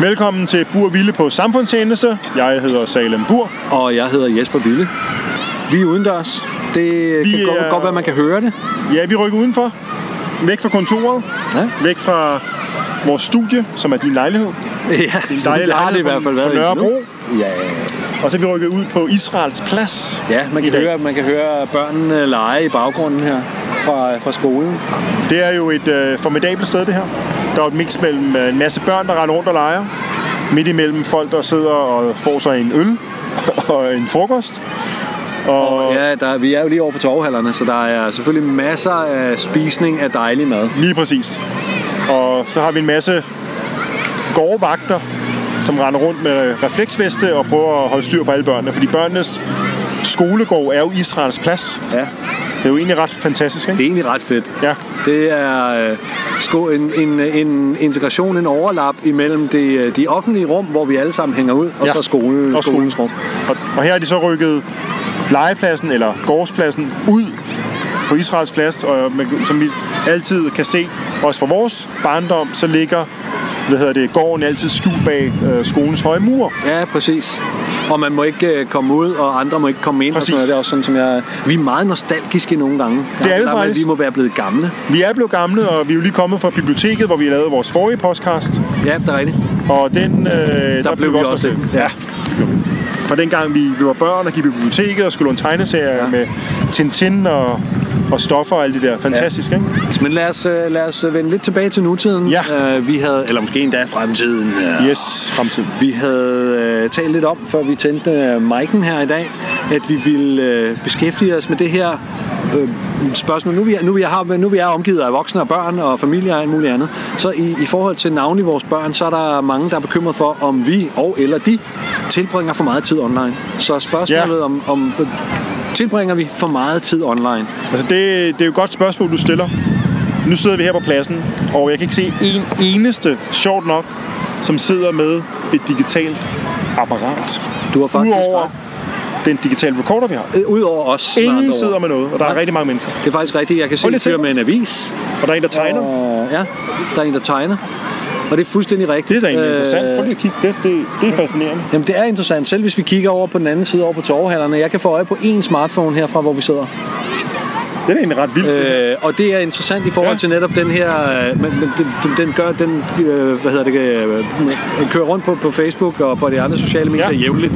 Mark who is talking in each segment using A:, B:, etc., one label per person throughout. A: Velkommen til Bur Ville på Samfundstjeneste. Jeg hedder Salem Bur.
B: Og jeg hedder Jesper Ville. Vi er udendørs. Det
A: Vi
B: vi kan godt,
A: er-
B: godt være, man kan høre det.
A: Ja, vi rykker udenfor. Væk fra kontoret.
B: Ja.
A: Væk fra vores studie, som er din lejlighed.
B: Ja,
A: dejlig
B: det har det i
A: lejlighed
B: hvert fald
A: på-
B: været
A: på
B: indtil nu.
A: Nørrebro.
B: Ja,
A: Og så er vi rykket ud på Israels plads.
B: ja man,
A: i
B: kan
A: dag.
B: høre, man kan høre børnene lege i baggrunden her fra, fra skolen.
A: Det er jo et øh, formidabelt sted, det her. Der er et mix mellem øh, en masse børn, der render rundt og leger. Midt imellem folk, der sidder og får sig en øl og en frokost. Og, og
B: Ja, der, vi er jo lige over for torvhallerne, så der er selvfølgelig masser af spisning af dejlig mad.
A: Lige præcis. Og så har vi en masse gårdvagter, som render rundt med refleksveste og prøver at holde styr på alle børnene. Fordi børnenes skolegård er jo Israels plads.
B: Ja,
A: Det er jo egentlig ret fantastisk, ikke?
B: det er egentlig ret fedt.
A: Ja.
B: Det er øh, sko- en, en, en integration, en overlap imellem det, øh, de offentlige rum, hvor vi alle sammen hænger ud, og
A: Ja.
B: så skolen,
A: Og
B: og
A: skolen.
B: skolens rum.
A: Og, og her er de så rykket legepladsen eller gårdspladsen ud på Israels plads, og man, som vi altid kan se, også fra vores barndom, så ligger hvad hedder det, gården altid skjult bag øh, skolens høje mur.
B: Ja, præcis. Og man må ikke øh, komme ud, og andre må ikke komme ind.
A: Præcis.
B: Og sådan noget. Det er også sådan, som jeg... Vi er meget nostalgiske nogle gange. Altså,
A: Det er vi
B: Der med, at
A: faktisk.
B: Vi må være blevet gamle.
A: Vi er blevet gamle, og vi er jo lige kommet fra biblioteket, hvor vi lavede vores forrige podcast.
B: Ja, det er rigtigt.
A: Og den... Øh, der,
B: blev vi også
A: lidt-
B: lidt-
A: Ja, det gjorde vi. Fra dengang vi, vi var børn og gik i biblioteket og skulle låne tegneserier ja.
B: Ja.
A: med Tintin og, og stoffer og alt det der. Fantastisk, ja. ikke?
B: Men lad os, øh, lad os øh, vende lidt tilbage til nutiden.
A: Ja.
B: Øh, Vi havde, eller måske endda fremtiden. øh,
A: Yes, fremtiden.
B: Vi havde øh, talt lidt om, før vi tændte øh, mic'en her i dag, at vi ville øh, beskæftige os med det her øh, spørgsmål. Nu vi, er- nu, vi har, nu vi er omgivet af voksne og børn og familier og alt muligt andet, så i, i forhold til navnlig vores børn, så er der mange, der er bekymret for, om vi og eller de tilbringer for meget tid online. Så spørgsmålet
A: Ja.
B: ja. om, om øh, tilbringer vi for meget tid online?
A: Altså, det, det er jo et godt spørgsmål, du stiller. Nu sidder vi her på pladsen, og jeg kan ikke se en eneste, sjovt nok, som sidder med et digitalt apparat.
B: Du har faktisk
A: Udover
B: ret.
A: den digitale recorder, vi har.
B: Øh, Udover os. med andre
A: Ingen
B: ord.
A: sidder med noget, og der er
B: Nej.
A: rigtig mange mennesker.
B: Det er faktisk rigtigt. Jeg kan se,
A: Prøv lige
B: at
A: at se
B: fyr
A: på.
B: med en avis.
A: Og der er en, der tegner.
B: Og, ja, der er en, der tegner. Og det er fuldstændig rigtigt.
A: Det er da egentlig
B: Øh,
A: interessant. Prøv lige at kigge. Det, det, det er fascinerende.
B: Jamen, det er interessant. Selv hvis vi kigger over på den anden side, over på torvhallerne. Jeg kan få øje på én smartphone herfra, hvor vi sidder.
A: Det er da egentlig ret vildt. Øh,
B: Øh, og det er interessant i forhold
A: Ja.
B: ja. til netop den her... øh, Men, men den- den, den gør... Den, øh, hvad hedder det? Øh, den kører rundt på, på Facebook og på de andre sociale medier
A: Ja.
B: ja. jævnligt.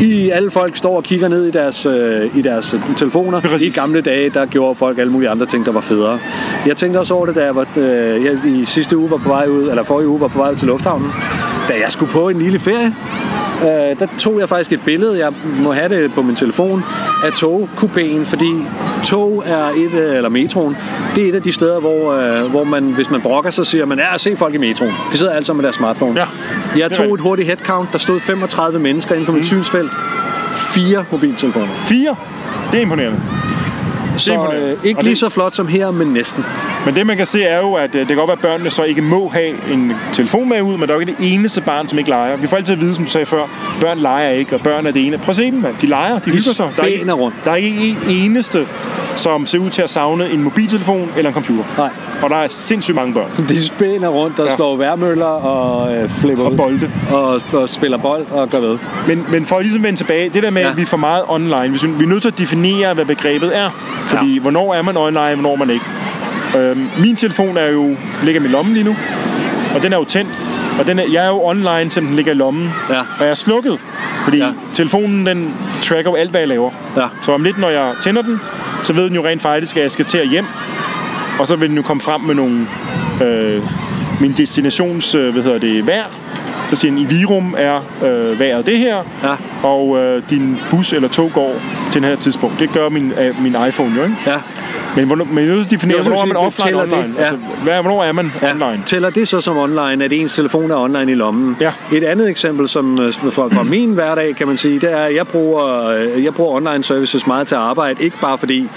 B: I alle folk står og kigger ned i deres, øh, i deres telefoner.
A: Præcis.
B: I gamle dage, der gjorde folk alle mulige andre ting, der var federe. Jeg tænkte også over det, da jeg, var, øh, jeg i sidste uge var på vej ud, eller forrige uge var på vej ud til lufthavnen. Da jeg skulle på en lille ferie, øh, der tog jeg faktisk et billede, jeg må have det på min telefon, af togkupéen, fordi tog er et, øh, eller metroen, det er et af de steder, hvor, øh, hvor man, hvis man brokker, så siger man, ja, se folk i metroen. De sidder alle sammen med deres smartphone.
A: Ja,
B: jeg
A: er
B: tog et
A: rigtigt.
B: hurtigt headcount, der stod 35 mennesker inden for
A: Mhm.
B: mit synsfelt. Fire mobiltelefoner.
A: fire. Det er imponerende.
B: Så
A: imponerende.
B: øh,
A: Og
B: ikke lige
A: det-
B: så flot som her, men næsten.
A: Men det, man kan se, er jo, at øh, det kan godt være, at børnene så ikke må have en telefon med ud, men der er jo ikke det eneste barn, som ikke leger. Vi får altid at vide, som du sagde før, børn leger ikke, og børn er det ene. Prøv at se dem, mand. De leger, de, de hygger sig. Der er, ikke,
B: spæner rundt.
A: der er ikke en eneste, som ser ud til at savne en mobiltelefon eller en computer.
B: Nej.
A: Og der er sindssygt mange børn.
B: De spænder rundt og
A: Ja.
B: ja. slår værmøller og øh, flipper
A: Og
B: ud.
A: bolde.
B: Og, og spiller bold og gør ved.
A: Men, men for at ligesom vende tilbage, det der med, ja.
B: Ja.
A: at vi er for meget online, vi, synes- vi er nødt til at definere, hvad begrebet er. Fordi ja. hvornår er man online, hvornår er man ikke. Øhm, min telefon er jo, ligger i min lomme lige nu, og den er jo tændt. Og den er, jeg er jo online, selvom den ligger i lommen.
B: Ja.
A: Og jeg er slukket, fordi ja.
B: Ja.
A: telefonen den tracker jo alt, hvad jeg laver.
B: Ja.
A: Så om lidt, når jeg tænder den, så ved den jo rent faktisk, at jeg skal til at hjem. Og så vil den jo komme frem med nogle... Øh, min destinations, øh, hvad hedder det, vejr. Så siger den, i Virum er øh, vejret det her,
B: Ja.
A: og øh, din bus eller tog går til den her tidspunkt. Det gør min, øh, min iPhone jo, ikke?
B: Ja.
A: Men hvornår, men jeg er nødt til at definere,
B: Det er jo
A: hvornår er man
B: sådan,
A: offline
B: det tæller det.
A: online?
B: Ja.
A: Altså, hvad, hvornår er man
B: Ja.
A: online?
B: Tæller det så som online, at ens telefon er online i lommen?
A: Ja.
B: Et andet eksempel som øh, fra, fra min hverdag, kan man sige, det er, at jeg bruger, øh, jeg bruger online services meget til at arbejde. Ikke bare fordi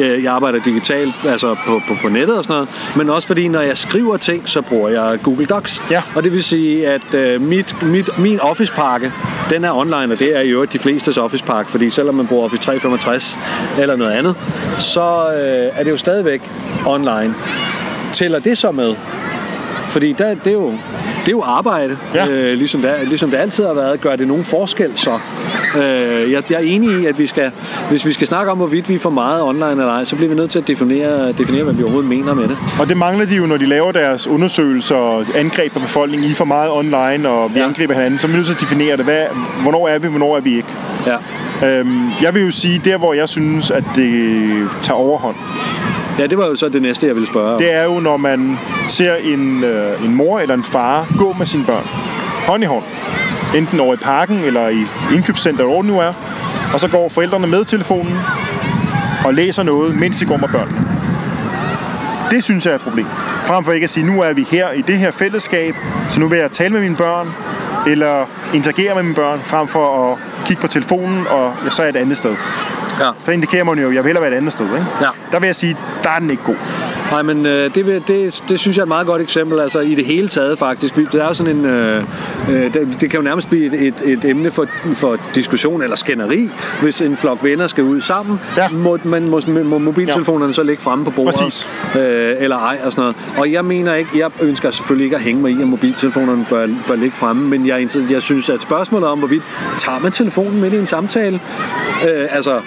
B: øh, jeg arbejder digitalt, altså på, på, på nettet og sådan noget, men også fordi, når jeg skriver ting, så bruger jeg Google Docs.
A: Ja.
B: Og det vil sige, at øh, mit, mit, min Office-pakke, den er online, og det er i øvrigt de flestes Office-pakke, fordi selvom man bruger Office 365 eller noget andet, så øh, er det jo stadigvæk online. Tæller det så med? Fordi der, det er jo... det er jo arbejde,
A: Ja.
B: ja. øh, ligesom, det, er- ligesom det altid har været. Gør det nogen forskel så? Øh, jeg, jeg er enig i, at vi skal, hvis vi skal snakke om, hvorvidt vi er for meget online eller ej, så bliver vi nødt til at definere, definere hvad vi overhovedet mener med det.
A: Og det mangler de jo, når de laver deres undersøgelser og angreb på befolkningen. I er for meget online, og vi ja.
B: Ja.
A: angriber hinanden. Så er vi nødt til at definere det. Hvad, hvornår er vi, hvornår er vi ikke?
B: Ja.
A: Øhm, jeg vil jo sige, der hvor jeg synes, at det tager overhånd,
B: ja, det var jo så det næste, jeg ville spørge om.
A: det er jo, når man ser en, øh, en mor eller en far gå med sine børn hånd i hånd. Enten over i parken eller i indkøbscenteret, hvor det nu er. Og så går forældrene med telefonen og læser noget, mens de går med børnene. Det synes jeg er et problem. Frem for ikke at sige, nu er vi her i det her fællesskab, så nu vil jeg tale med mine børn, eller interagere med mine børn, frem for at kigge på telefonen, og ja, så er jeg et andet sted.
B: Ja.
A: Så indikerer man jo, at jeg vil hellere være et andet sted. Ikke?
B: Ja.
A: Der vil jeg sige, der er den ikke god.
B: Nej, men øh, det, vil- det, det synes jeg er et meget godt eksempel, altså i det hele taget faktisk. Vi- Det er jo sådan en, øh, øh, det, det kan jo nærmest blive et, et, et emne for, for diskussion eller skænderi, hvis en flok venner skal ud sammen.
A: Ja.
B: Må, man, må, må mobiltelefonerne ja. så ligge fremme på bordet?
A: Præcis.
B: Øh, eller ej og sådan noget. Og jeg mener ikke, jeg ønsker selvfølgelig ikke at hænge mig i, at mobiltelefonerne bør, bør ligge fremme, men jeg, er indstillet- jeg synes, at spørgsmålet om, hvorvidt tager man telefonen midt i en samtale, øh, altså,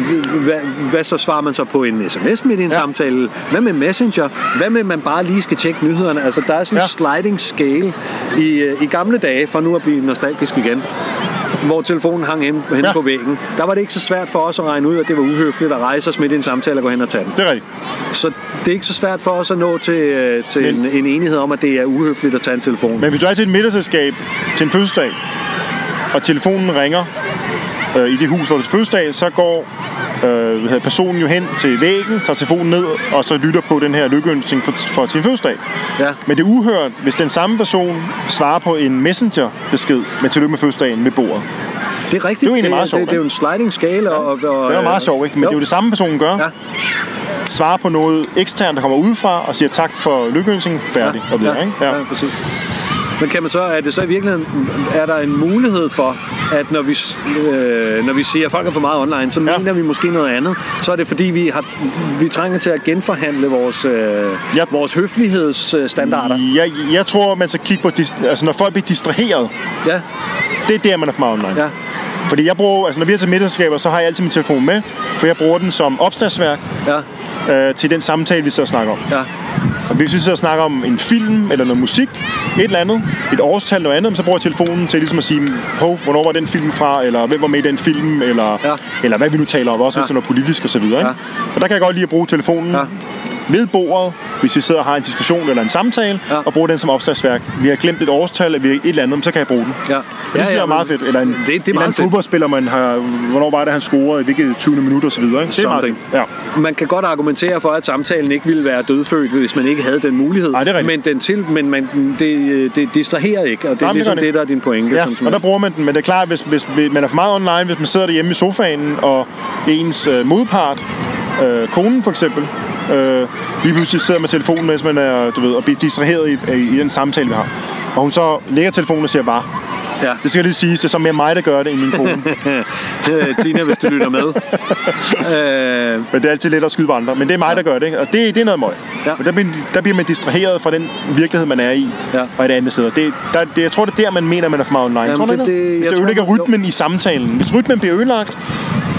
B: h- hvad, hvad så svarer man så på en sms midt i en
A: Ja.
B: ja. samtale? Hvad med Messenger? Hvad med, at man bare lige skal tjekke nyhederne? Altså, der er sådan en
A: Ja.
B: ja. sliding scale i, øh, i gamle dage, for nu at blive nostalgisk igen hvor telefonen hang hen, hen
A: Ja.
B: ja. på væggen. Der var det ikke så svært for os at regne ud, at det var uhøfligt at rejse os midt i en samtale og gå hen og tage den.
A: Det er rigtigt.
B: Så det er ikke så svært for os at nå til, øh, til
A: Men-
B: en, en enighed om, at det er uhøfligt at tage en telefon.
A: Men hvis du er til et middagsselskab til en fødselsdag, og telefonen ringer øh, i det hus, hvor du er til fødselsdag, så går øh, hvad hedder, personen jo hen til væggen, tager telefonen ned, og så lytter på den her lykkeønsning på- for sin fødselsdag.
B: Ja.
A: Men det er uhørt, hvis den samme person svarer på en messenger-besked med tillykke med fødselsdagen ved bordet.
B: Det er rigtigt.
A: Det er jo egentlig
B: det,
A: meget sjovt,
B: det, det er jo en sliding scale. Og, og, og,
A: Det er jo meget sjovt, ikke? Men det er jo det samme, personen gør.
B: Øh, Ja.
A: Svarer på noget eksternt, der kommer udefra, og siger tak for lykkeønsningen, færdig. og videre, ikke?
B: ja, ja, præcis. Men kan man så, er det så i virkeligheden, er der en mulighed for, at når vi, s- øh, når vi siger, at folk er for meget online, så
A: Ja.
B: ja. mener vi måske noget andet. Så er det fordi, vi, har, vi trænger til at genforhandle vores, øh,
A: Ja.
B: ja. vores høflighedsstandarder.
A: Jeg, jeg tror, man skal kigge på, dis- altså når folk bliver distraheret,
B: Ja,
A: det er der, man er for meget online.
B: ja,
A: Fordi jeg bruger, altså når vi er til middagsselskaber, så har jeg altid min telefon med, for jeg bruger den som opslagsværk
B: ja,
A: øh, til den samtale, vi sidder og snakker om.
B: ja.
A: Og hvis vi sidder og snakker om en film eller noget musik, et eller andet, et årstal noget andet, så bruger jeg telefonen til ligesom at sige, hov, hvornår var den film fra, eller hvem var med i den film, eller, ja.
B: Ja.
A: eller hvad vi nu taler om, også ja.
B: Ja.
A: hvis det er noget politisk osv. Ja.
B: Ja.
A: Og der kan jeg godt lide at bruge telefonen ja.
B: Ja.
A: ved bordet, hvis vi sidder og har en diskussion eller en samtale, ja.
B: Ja.
A: og bruger den som opslagsværk. Vi har glemt et årstal, eller vi har et eller andet, så kan jeg bruge den.
B: ja.
A: Ja, det synes ja, jeg er
B: men-
A: meget fedt. Eller en, det, det er en eller anden
B: meget fedt.
A: fodboldspiller, man har, hvornår var det, han scorede, i hvilket 20. minut osv. Det er meget fedt.
B: Something.
A: Ja.
B: Man kan godt argumentere for, at samtalen ikke ville være dødfødt, hvis man ikke havde den mulighed.
A: Nej, det er rigtigt.
B: men den til, men man, det, det distraherer ikke, og det er
A: Nej, men det
B: ligesom
A: gør
B: det,
A: det.
B: der er din pointe. sådan som
A: ja, og der
B: jeg-
A: bruger man den. Men det er klart, hvis, hvis, hvis man er for meget online, hvis man sidder derhjemme i sofaen, og ens øh, modpart, øh, konen for eksempel, øh, lige pludselig sidder med telefonen, mens man er, du ved, og bliver distraheret i, i, i den samtale, vi har. Og hun så lægger telefonen og siger bare,
B: ja.
A: det skal lige siges, det er så mere mig, der gør det, end min kone.
B: Øh, Tina, hvis du lytter med. øh,
A: Men det er altid let at skyde på andre. Men det er mig, der gør det. Ikke? Og det, det er noget møg. Ja.
B: Ja.
A: For der, bliver, der bliver man distraheret fra den virkelighed, man er i.
B: Ja.
A: Og et andet sted. Og Det, der, det, jeg tror, det er der, man mener, man er for meget online.
B: Jamen,
A: tror du
B: det-
A: ikke
B: det-
A: Hvis
B: jeg
A: det
B: tror,
A: ødelægger
B: det- jo.
A: rytmen i samtalen. Hvis rytmen bliver ødelagt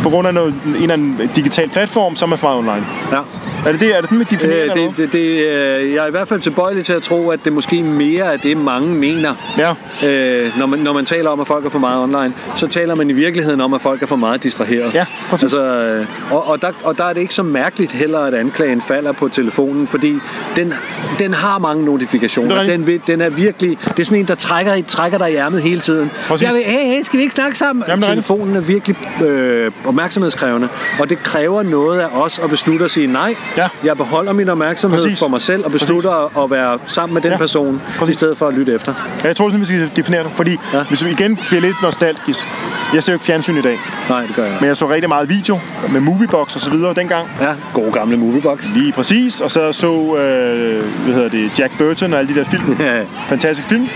A: på grund af noget, en eller anden digital platform, så er man for meget online.
B: ja.
A: Er det, det, er det sådan, man definerer
B: Øh, det, det, det, øh, jeg er i hvert fald tilbøjelig til at tro, at det måske mere er det, mange mener.
A: Ja.
B: Øh, når, man, når man taler om, at folk er for meget online, så taler man i virkeligheden om, at folk er for meget distraheret.
A: Ja, præcis.
B: Altså, øh, og, og, der, og der er det ikke så mærkeligt heller, at anklagen falder på telefonen, fordi den, den har mange
A: Det er
B: notifikationer.
A: rigtigt.
B: Den, vil- den er virkelig... Det er sådan en, der trækker, i- trækker dig i ærmet hele tiden.
A: Præcis.
B: Jeg vil, hey, hey, skal vi ikke snakke sammen?
A: Jamen, det er rigtigt.
B: telefonen er virkelig øh, opmærksomhedskrævende, og det kræver noget af os at beslutte at sige nej.
A: Ja.
B: Jeg beholder min opmærksomhed
A: Præcis.
B: Præcis. for mig selv og beslutter Præcis. at være sammen med den
A: Ja.
B: ja. person,
A: Præcis.
B: Præcis. i stedet for at lytte efter.
A: Ja, jeg tror sådan, vi skal definere det. Fordi ja.
B: Ja.
A: hvis vi igen bliver lidt nostalgisk. Jeg ser jo ikke fjernsyn i dag,
B: Nej, det gør jeg. ikke.
A: men jeg så rigtig meget video med moviebox og så videre dengang.
B: Ja, god gamle moviebox.
A: Lige præcis, og så så, øh, hvad hedder det, Jack Burton og alle de der film.
B: Ja.
A: Fantastisk film.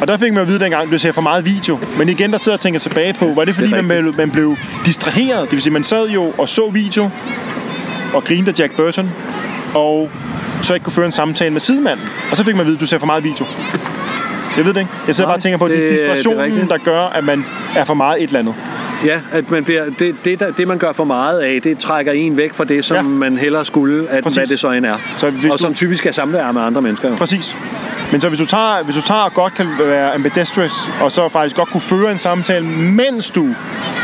A: Og der fik man jo at vide dengang, at du ser for meget video. Men igen, der sidder jeg og tænker tilbage på, var det fordi,
B: Det er
A: det man, blev- man blev distraheret? Det vil sige, man sad jo og så video, og grinede af Jack Burton, og så ikke kunne føre en samtale med sidemanden. Og så fik man at vide, at du ser for meget video. Jeg ved det ikke. Jeg sidder
B: Nej,
A: bare og tænker på, det,
B: det-
A: det er
B: det er
A: distrationen,
B: rigtigt.
A: der gør, at man er for meget et eller andet.
B: Ja, at man bliver, det, det, der, det, man gør for meget af, det trækker en væk fra det, som
A: Ja.
B: ja. man hellere skulle, at,
A: Præcis.
B: hvad det så end er.
A: Så hvis
B: og
A: du-
B: som typisk er samvær med andre mennesker. jo.
A: Præcis. Men så hvis du tager, hvis du tager og godt kan være ambidextrous, og så faktisk godt kunne føre en samtale, mens du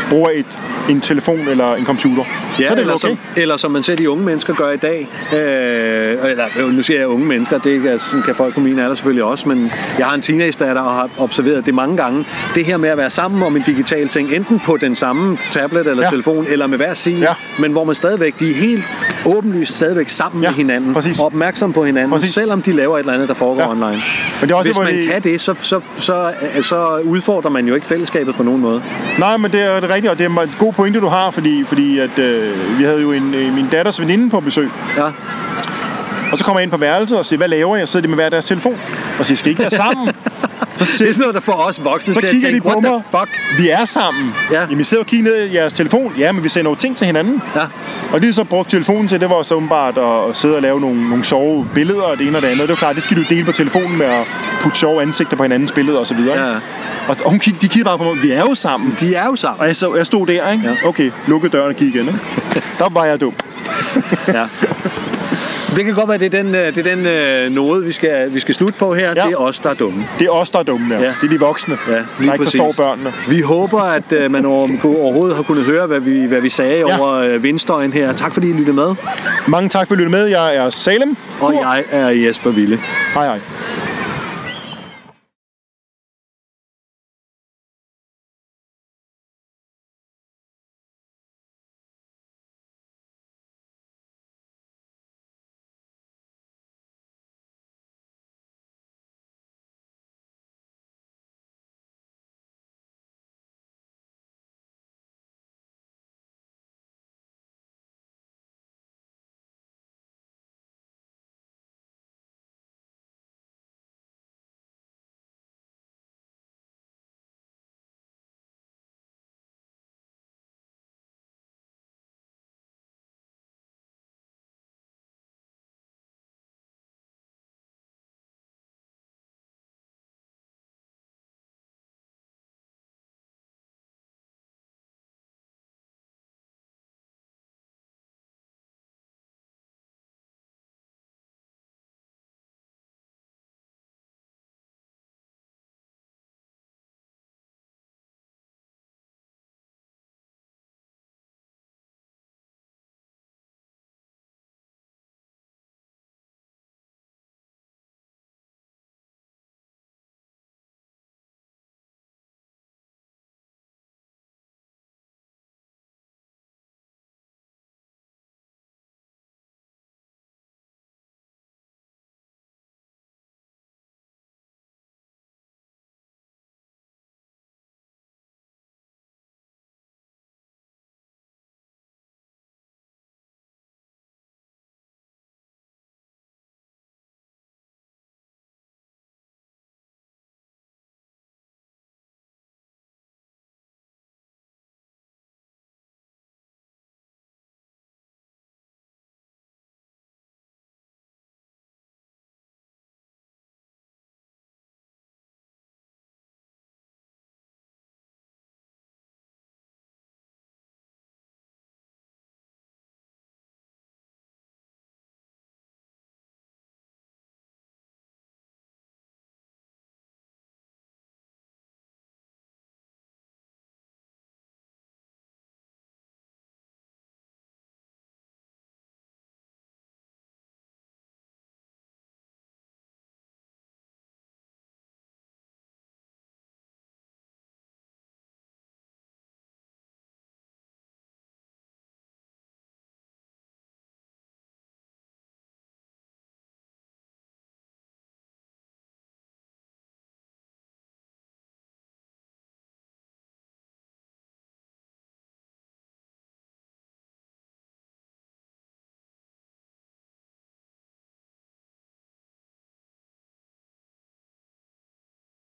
A: bruger et, en telefon eller en computer,
B: Ja,
A: så er det
B: eller,
A: vel
B: som,
A: okay.
B: eller som man ser de unge mennesker gør i dag. Øh, eller, øh, nu siger jeg unge mennesker, det er ikke- altså, sådan kan folk på min alder selvfølgelig også, men jeg har en teenagedatter og har observeret det mange gange. Det her med at være sammen om en digital ting, enten på den samme tablet eller
A: Ja.
B: ja. telefon, eller med hver sin,
A: Ja.
B: ja. men hvor man stadigvæk, de er helt åbenlyst stadigvæk sammen
A: Ja,
B: med hinanden,
A: præcis.
B: og opmærksom på hinanden,
A: Præcis.
B: præcis. selvom de laver et eller andet, der foregår
A: Ja.
B: ja. online.
A: Men det er også,
B: Hvis
A: hvor
B: man
A: det-
B: kan det, så, så, så, så udfordrer man jo ikke fællesskabet på nogen måde.
A: Nej, men det er det rigtigt, og det er en god pointe, du har, fordi, fordi at, øh, vi havde jo en, øh, min datters veninde på besøg,
B: Ja.
A: og så kommer jeg ind på værelset og siger, hvad laver jeg? Så sidder de med hver deres telefon og siger, skal I ikke være sammen? så
B: Det er
A: siger,
B: sådan noget, der får os voksne
A: så
B: til at
A: kigger de
B: tænke,
A: på
B: what
A: mig.
B: the fuck?
A: Vi er sammen.
B: Ja.
A: Jamen, I sidder og kigger ned i jeres telefon. Ja, men vi sender jo ting til hinanden.
B: Ja.
A: Og det, de så brugte telefonen til, det var så åbenbart at, at sidde og lave nogle, nogle sjove billeder og det ene og det andet. Det er jo klart, det skal du dele på telefonen med at putte sjove ansigter på hinandens billeder osv.
B: Ja.
A: Og, og hun kig, de kiggede bare på mig, vi er jo sammen.
B: De er jo sammen.
A: Og jeg, så, jeg stod der, ikke?
B: Ja.
A: Okay, lukkede døren og gik igen, ikke? Der var jeg dum.
B: Ja. Det kan godt være, det er den, øh, det er den øh, node, vi skal, vi skal slutte på her.
A: Ja.
B: Ja. Det er os, der er dumme.
A: Det er os, der er dumme, ja.
B: Ja.
A: Det er de voksne,
B: Ja,
A: der ikke forstår børnene.
B: Vi håber, at øh, man over, kunne- overhovedet har kunnet høre, hvad vi, hvad vi sagde
A: Ja.
B: ja. over øh, vindstøjen her. Tak fordi I lyttede med.
A: Mange tak for at lytte med. Jeg er Salem.
B: Og jeg er Jesper Ville.
A: Hej, hej.